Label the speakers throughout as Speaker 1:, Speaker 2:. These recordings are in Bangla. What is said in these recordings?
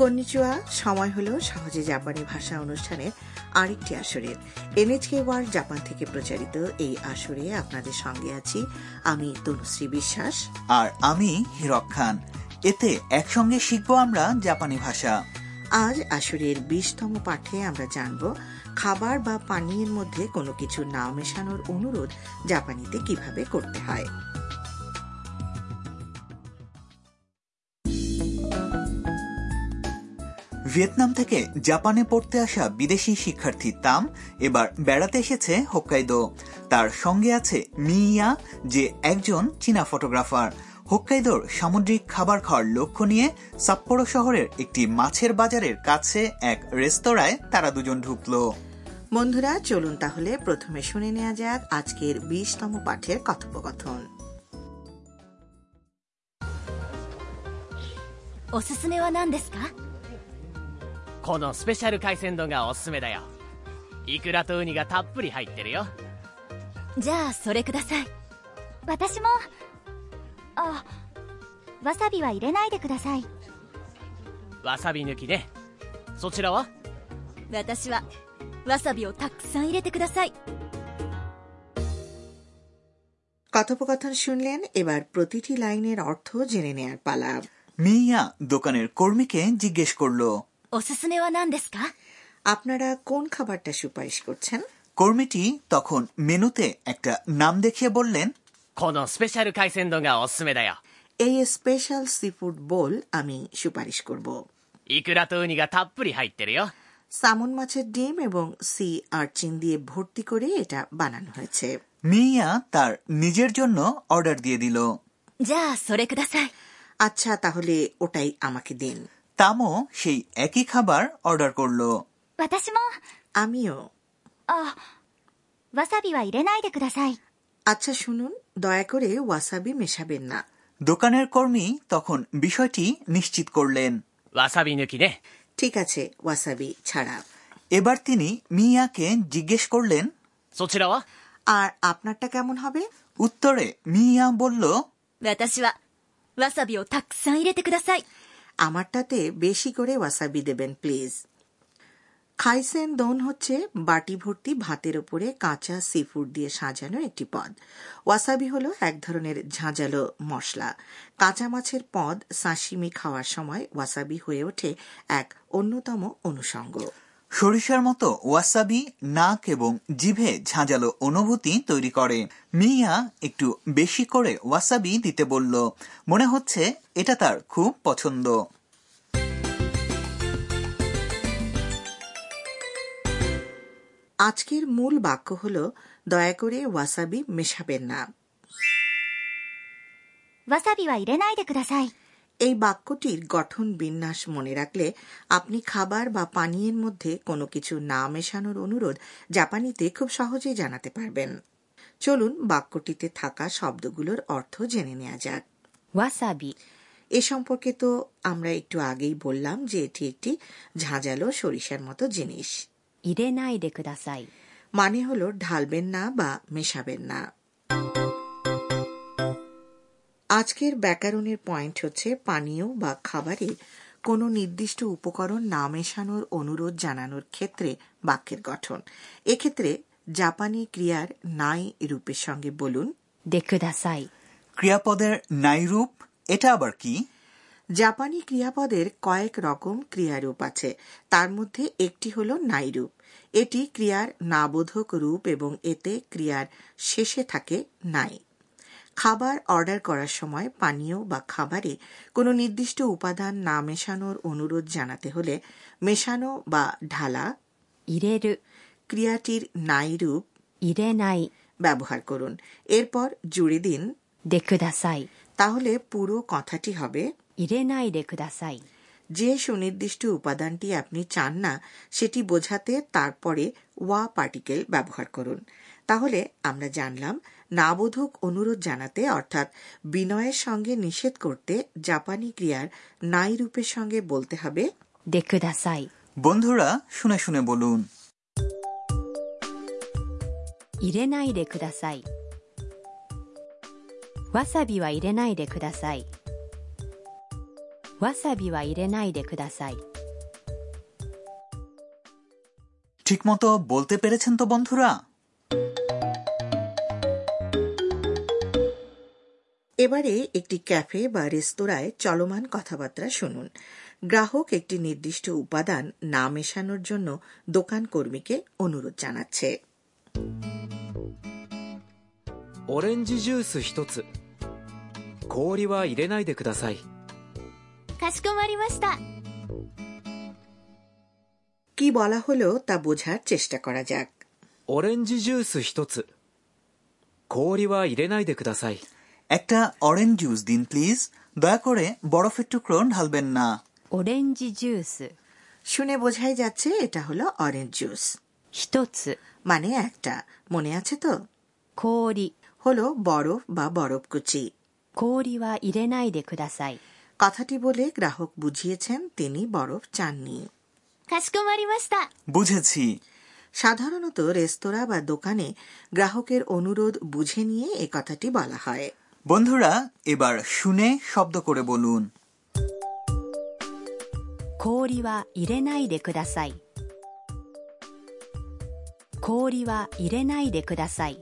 Speaker 1: কন্নিচুয়া সময় হলো সহজে জাপানি ভাষা অনুষ্ঠানের আরেকটি আসরের এনএচকে ওয়ার্ল্ড জাপান থেকে প্রচারিত এই আসরে আপনাদের সঙ্গে আছি আমি তনুশ্রী বিশ্বাস
Speaker 2: আর আমি হিরক খান এতে একসঙ্গে শিখব আমরা জাপানি ভাষা
Speaker 1: আজ আসরের বিশতম পাঠে আমরা জানব খাবার বা পানীয়ের মধ্যে কোনো কিছু না মেশানোর অনুরোধ জাপানিতে কিভাবে করতে হয়
Speaker 2: ভিয়েতনাম থেকে জাপানে পড়তে আসা বিদেশি শিক্ষার্থী তাম এবার বেড়াতে এসেছে হোক্কাইদো তার সঙ্গে আছে মিয়া যে একজন চীনা ফটোগ্রাফার হোক্কাইদোর সামুদ্রিক খাবার খাওয়ার লক্ষ্য নিয়ে সাপ্পোরো শহরের একটি মাছের বাজারের কাছে এক রেস্তোরাঁয় তারা দুজন ঢুকলো
Speaker 1: বন্ধুরা চলুন তাহলে প্রথমে শুনে নেওয়া যাক আজকের বিশতম পাঠের কথোপকথন
Speaker 3: おすすめは何ですか
Speaker 4: このスペシャル海鮮丼がおすすめだよイクラとウニがたっぷり入ってるよ
Speaker 3: じゃあそれください
Speaker 5: 私もあわさびは入れないでください
Speaker 4: わさび抜きねそちらは
Speaker 3: 私はわさびをたくさん入れてください
Speaker 1: কথোপকথন শুনলেন এবার প্রতিটি লাইনের অর্থ জেনে নেয়ার পালা
Speaker 2: মিয়া দোকানের কর্মীকে জিজ্ঞেস করলো
Speaker 3: おすすめは何ですか
Speaker 1: আপনারা কোন খাবারটা সুপারিশ করছেন
Speaker 2: কর্মীটি তখন মেনুতে একটা নাম দেখিয়ে বললেন
Speaker 4: このスペシャル海鮮丼がおすすめだよ
Speaker 1: এই স্পেশাল সিফুড বোল আমি সুপারিশ করব
Speaker 4: イクラとウニがたっぷり入ってるよ
Speaker 1: সামন মাছের ডিম এবং সি আর্চিন দিয়ে ভর্তি করে এটা বানানো হয়েছে
Speaker 2: মিয়া তার নিজের জন্য অর্ডার দিয়ে দিল
Speaker 3: じゃあそれください
Speaker 1: আচ্ছা তাহলে ওটাই আমাকে দিন
Speaker 2: তামও সেই একই খাবার অর্ডার করলো
Speaker 5: 私も
Speaker 1: আমিও
Speaker 5: あわさびは入れないでください
Speaker 1: আচ্ছা শুনুন দয়া করে ওয়াসাবি মেশাবেন না
Speaker 2: দোকানের কর্মী তখন বিষয়টি নিশ্চিত করলেন
Speaker 4: わさび抜きね
Speaker 1: ঠিক আছে ওয়াসাবি ছাড়া
Speaker 2: এবার তিনি মিয়াকে জিজ্ঞেস করলেন
Speaker 4: そちらは
Speaker 1: আর আপনারটা কেমন হবে
Speaker 2: উত্তরে মিয়া বলল
Speaker 3: 私はわさびをたくさん入れてください
Speaker 1: আমারটাতে বেশি করে ওয়াসাবি দেবেন প্লিজ খাইসেন দোন হচ্ছে বাটি ভর্তি ভাতের ওপরে কাঁচা সিফুড দিয়ে সাজানো একটি পদ ওয়াসাবি হলো এক ধরনের ঝাঁঝালো মশলা কাঁচা মাছের পদ সাশিমি খাওয়ার সময় ওয়াসাবি হয়ে ওঠে এক অন্যতম অনুষঙ্গ
Speaker 2: সরিষার মতো ওয়াসাবি নাক এবং জিভে ঝাঁঝালো অনুভূতি তৈরি করে মিয়া একটু বেশি করে ওয়াসাবি দিতে বলল মনে হচ্ছে এটা তার খুব পছন্দ
Speaker 1: আজকের মূল বাক্য হলো দয়া করে ওয়াসাবি মেশাবেন না
Speaker 5: わさびは入れないでください
Speaker 1: এই বাক্যটির গঠন বিন্যাস মনে রাখলে আপনি খাবার বা পানীয়ের মধ্যে কোনো কিছু না মেশানোর অনুরোধ জাপানিতে খুব সহজেই জানাতে পারবেন চলুন বাক্যটিতে থাকা শব্দগুলোর অর্থ জেনে নেওয়া যাক
Speaker 3: わさび
Speaker 1: এ সম্পর্কে তো আমরা একটু আগেই বললাম যে এটি একটি ঝাঁঝালো সরিষার মতো জিনিস
Speaker 3: 入れないでください
Speaker 1: মানে হলো ঢালবেন না বা মেশাবেন না আজকের ব্যাকরণের পয়েন্ট হচ্ছে পানীয় বা খাবারে কোনো নির্দিষ্ট উপকরণ না মেশানোর অনুরোধ জানানোর ক্ষেত্রে বাক্যের গঠন এক্ষেত্রে জাপানি ক্রিয়ার নাই রূপের সঙ্গে বলুন
Speaker 3: でください
Speaker 2: ক্রিয়াপদের নাইরূপ এটা আবার কি
Speaker 1: জাপানি ক্রিয়াপদের কয়েক রকম ক্রিয়ারূপ আছে তার মধ্যে একটি হল নাইরূপ এটি ক্রিয়ার নাবোধক রূপ এবং এতে ক্রিয়ার শেষে থাকে নাই খাবার অর্ডার করার সময় পানীয় বা খাবারে কোনো নির্দিষ্ট উপাদান না মেশানোর অনুরোধ জানাতে হলে মেশানো বা ঢালা
Speaker 3: 入れる
Speaker 1: ক্রিয়াটির নাইরূপ
Speaker 3: 入れない
Speaker 1: ব্যবহার করুন এরপর জুড়ে দিন
Speaker 3: でください
Speaker 1: তাহলে পুরো কথাটি হবে
Speaker 3: 入れないでください
Speaker 1: যে সুনির্দিষ্ট উপাদানটি আপনি চান না সেটি বোঝাতে তারপরে ওয়া পার্টিকেল ব্যবহার করুন তাহলে আমরা জানলাম নাবোধক অনুরোধ জানাতে অর্থাৎ বিনয়ের সঙ্গে নিষেধ করতে জাপানি ক্রিয়ার নাই রূপের সঙ্গে বলতে হবে
Speaker 3: でください
Speaker 2: বন্ধুরা শুনে শুনে বলুন
Speaker 3: 入れないでくださいわさびは入れないでください
Speaker 6: わさびは入れないでください。
Speaker 2: ঠিকমতো বলতে পেরেছেন তো বন্ধুরা
Speaker 1: এবারে একটি ক্যাফে বা রেস্তোরাঁয় চলমান কথাবার্তা শুনুন গ্রাহক একটি নির্দিষ্ট উপাদান না মেশানোর জন্য দোকান কর্মীকে অনুরোধ জানাচ্ছে
Speaker 7: オレンジジュース一つ氷は入れないでください
Speaker 5: かしこまりました
Speaker 1: কি বলা হলো তা বোঝার চেষ্টা করা যাক
Speaker 7: オレンジジュース一つ氷は入れないでください
Speaker 2: একটা অরেঞ্জ জুস দিন প্লিজ দয়া করে বরফের টুকরো ঢালবেন না
Speaker 6: オレンジジュース、
Speaker 1: শুনে বোঝাই যাচ্ছে এটা হলো অরেঞ্জ জুস
Speaker 6: 一つ、
Speaker 1: মানে একটা মনে আছে তো
Speaker 6: 氷、
Speaker 1: হলো বরফ বা বরফ কুচি
Speaker 6: 氷は入れないでください。
Speaker 1: কথাটি বলে গ্রাহক বুঝিয়েছেন তিনি বরফ চাননি
Speaker 5: かしこまりました
Speaker 2: বুঝেছি
Speaker 1: সাধারণত রেস্তোরাঁ বা দোকানে গ্রাহকের অনুরোধ বুঝে নিয়ে এ কথাটি বলা হয়
Speaker 2: বন্ধুরা এবার শুনে শব্দ করে বলুন
Speaker 6: 氷は入れないでください。氷は入れないでください。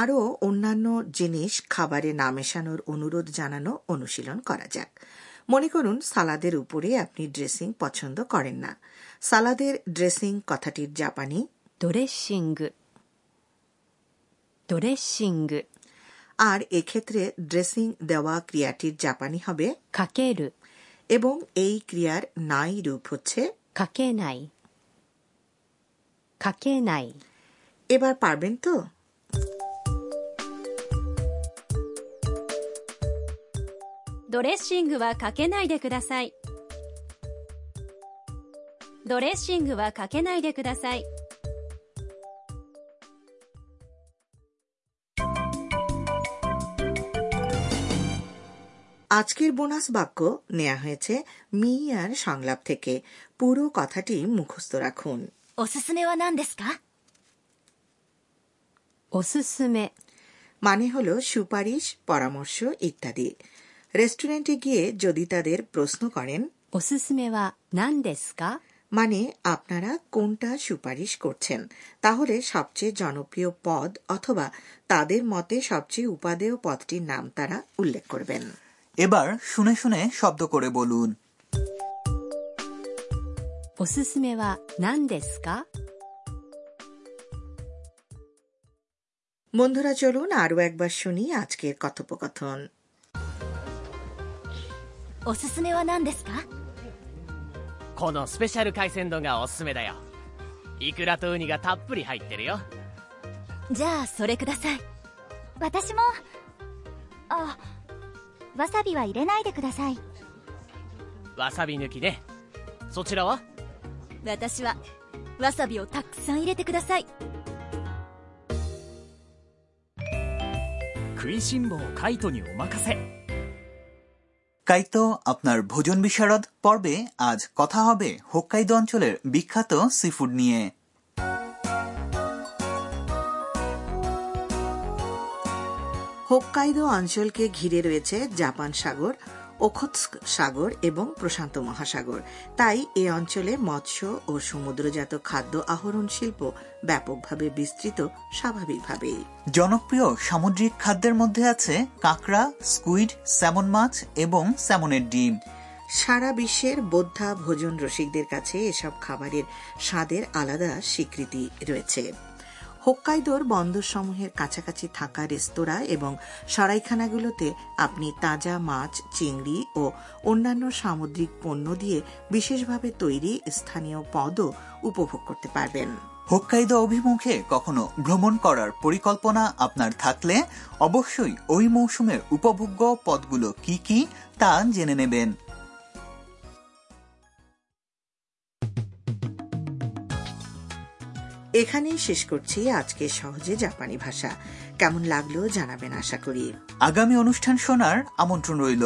Speaker 1: আরও অন্যান্য জিনিস খাবারে না মেশানোর অনুরোধ জানানো অনুশীলন করা যাক মনে করুন সালাদের উপরে আপনি ড্রেসিং পছন্দ করেন না সালাদের ড্রেসিং কথাটির জাপানি
Speaker 6: ドレッシング、ドレッシング、
Speaker 1: আর এক্ষেত্রে ড্রেসিং দেওয়া ক্রিয়াটির জাপানি হবে
Speaker 6: かける、
Speaker 1: এবং এই ক্রিয়ার নাই রূপ হচ্ছে
Speaker 6: かけない、かけない、
Speaker 1: এবার পারবেন তো
Speaker 5: ドレッシングはかけないでくださいドレッシングはかけないでください
Speaker 1: আজকের বোনাস বাক্য নেওয়া হয়েছে মিয়ার সংলাপ থেকে পুরো কথাটি মুখস্থ রাখুন
Speaker 3: おすすめは何ですか
Speaker 6: おすすめ、
Speaker 1: মানে হল সুপারিশ পরামর্শ ইত্যাদি রেস্টুরেন্টে গিয়ে যদি তাদের প্রশ্ন করেন
Speaker 6: おすすめは何ですか
Speaker 1: মানে আপনারা কোনটা সুপারিশ করছেন তাহলে সবচেয়ে জনপ্রিয় পদ অথবা তাদের মতে সবচেয়ে উপাদেয় পদটির নাম তারা উল্লেখ করবেন
Speaker 2: এবার শুনে শুনে শব্দ করে বলুন
Speaker 6: おすすめは何ですか
Speaker 1: বন্ধুরা চলুন আরও একবার শুনি আজকের কথোপকথন
Speaker 3: おすすめは何ですか
Speaker 4: このスペシャル海鮮丼がおすすめだよイクラとウニがたっぷり入ってるよ
Speaker 3: じゃあそれください
Speaker 5: 私もあわさびは入れないでください
Speaker 4: わさび抜きねそちらは
Speaker 3: 私はわさびをたくさん入れてください
Speaker 8: 食いしん坊カイトにお任せ
Speaker 2: কাইতো আপনার ভোজন বিশারদ পর্বে আজ কথা হবে হোক্কাইদো অঞ্চলের বিখ্যাত সিফুড নিয়ে
Speaker 1: হোক্কাইদো অঞ্চলকে ঘিরে রয়েছে জাপান সাগর ওখৎস্ক সাগর এবং প্রশান্ত মহাসাগর তাই এ অঞ্চলে মৎস্য ও সমুদ্রজাত খাদ্য আহরণ শিল্প ব্যাপকভাবে বিস্তৃত স্বাভাবিকভাবেই
Speaker 2: জনপ্রিয় সামুদ্রিক খাদ্যের মধ্যে আছে কাঁকড়া স্কুইড স্যামন মাছ এবং স্যামনের ডিম
Speaker 1: সারা বিশ্বের বোদ্ধা ভোজন রসিকদের কাছে এসব খাবারের স্বাদের আলাদা স্বীকৃতি রয়েছে হোক্কাইদোর বন্দরসমূহের কাছাকাছি থাকা রেস্তোরাঁ এবং সরাইখানাগুলোতে আপনি তাজা মাছ চিংড়ি ও অন্যান্য সামুদ্রিক পণ্য দিয়ে বিশেষভাবে তৈরি স্থানীয় পদও উপভোগ করতে পারবেন
Speaker 2: হোক্কাইদো অভিমুখে কখনো ভ্রমণ করার পরিকল্পনা আপনার থাকলে অবশ্যই ওই মৌসুমের উপভোগ্য পদগুলো কি কি তা জেনে নেবেন
Speaker 1: এখানেই শেষ করছি আজকে সহজে জাপানি ভাষা কেমন লাগলো জানাবেন আশা করি
Speaker 2: আগামী অনুষ্ঠান শোনার আমন্ত্রণ রইল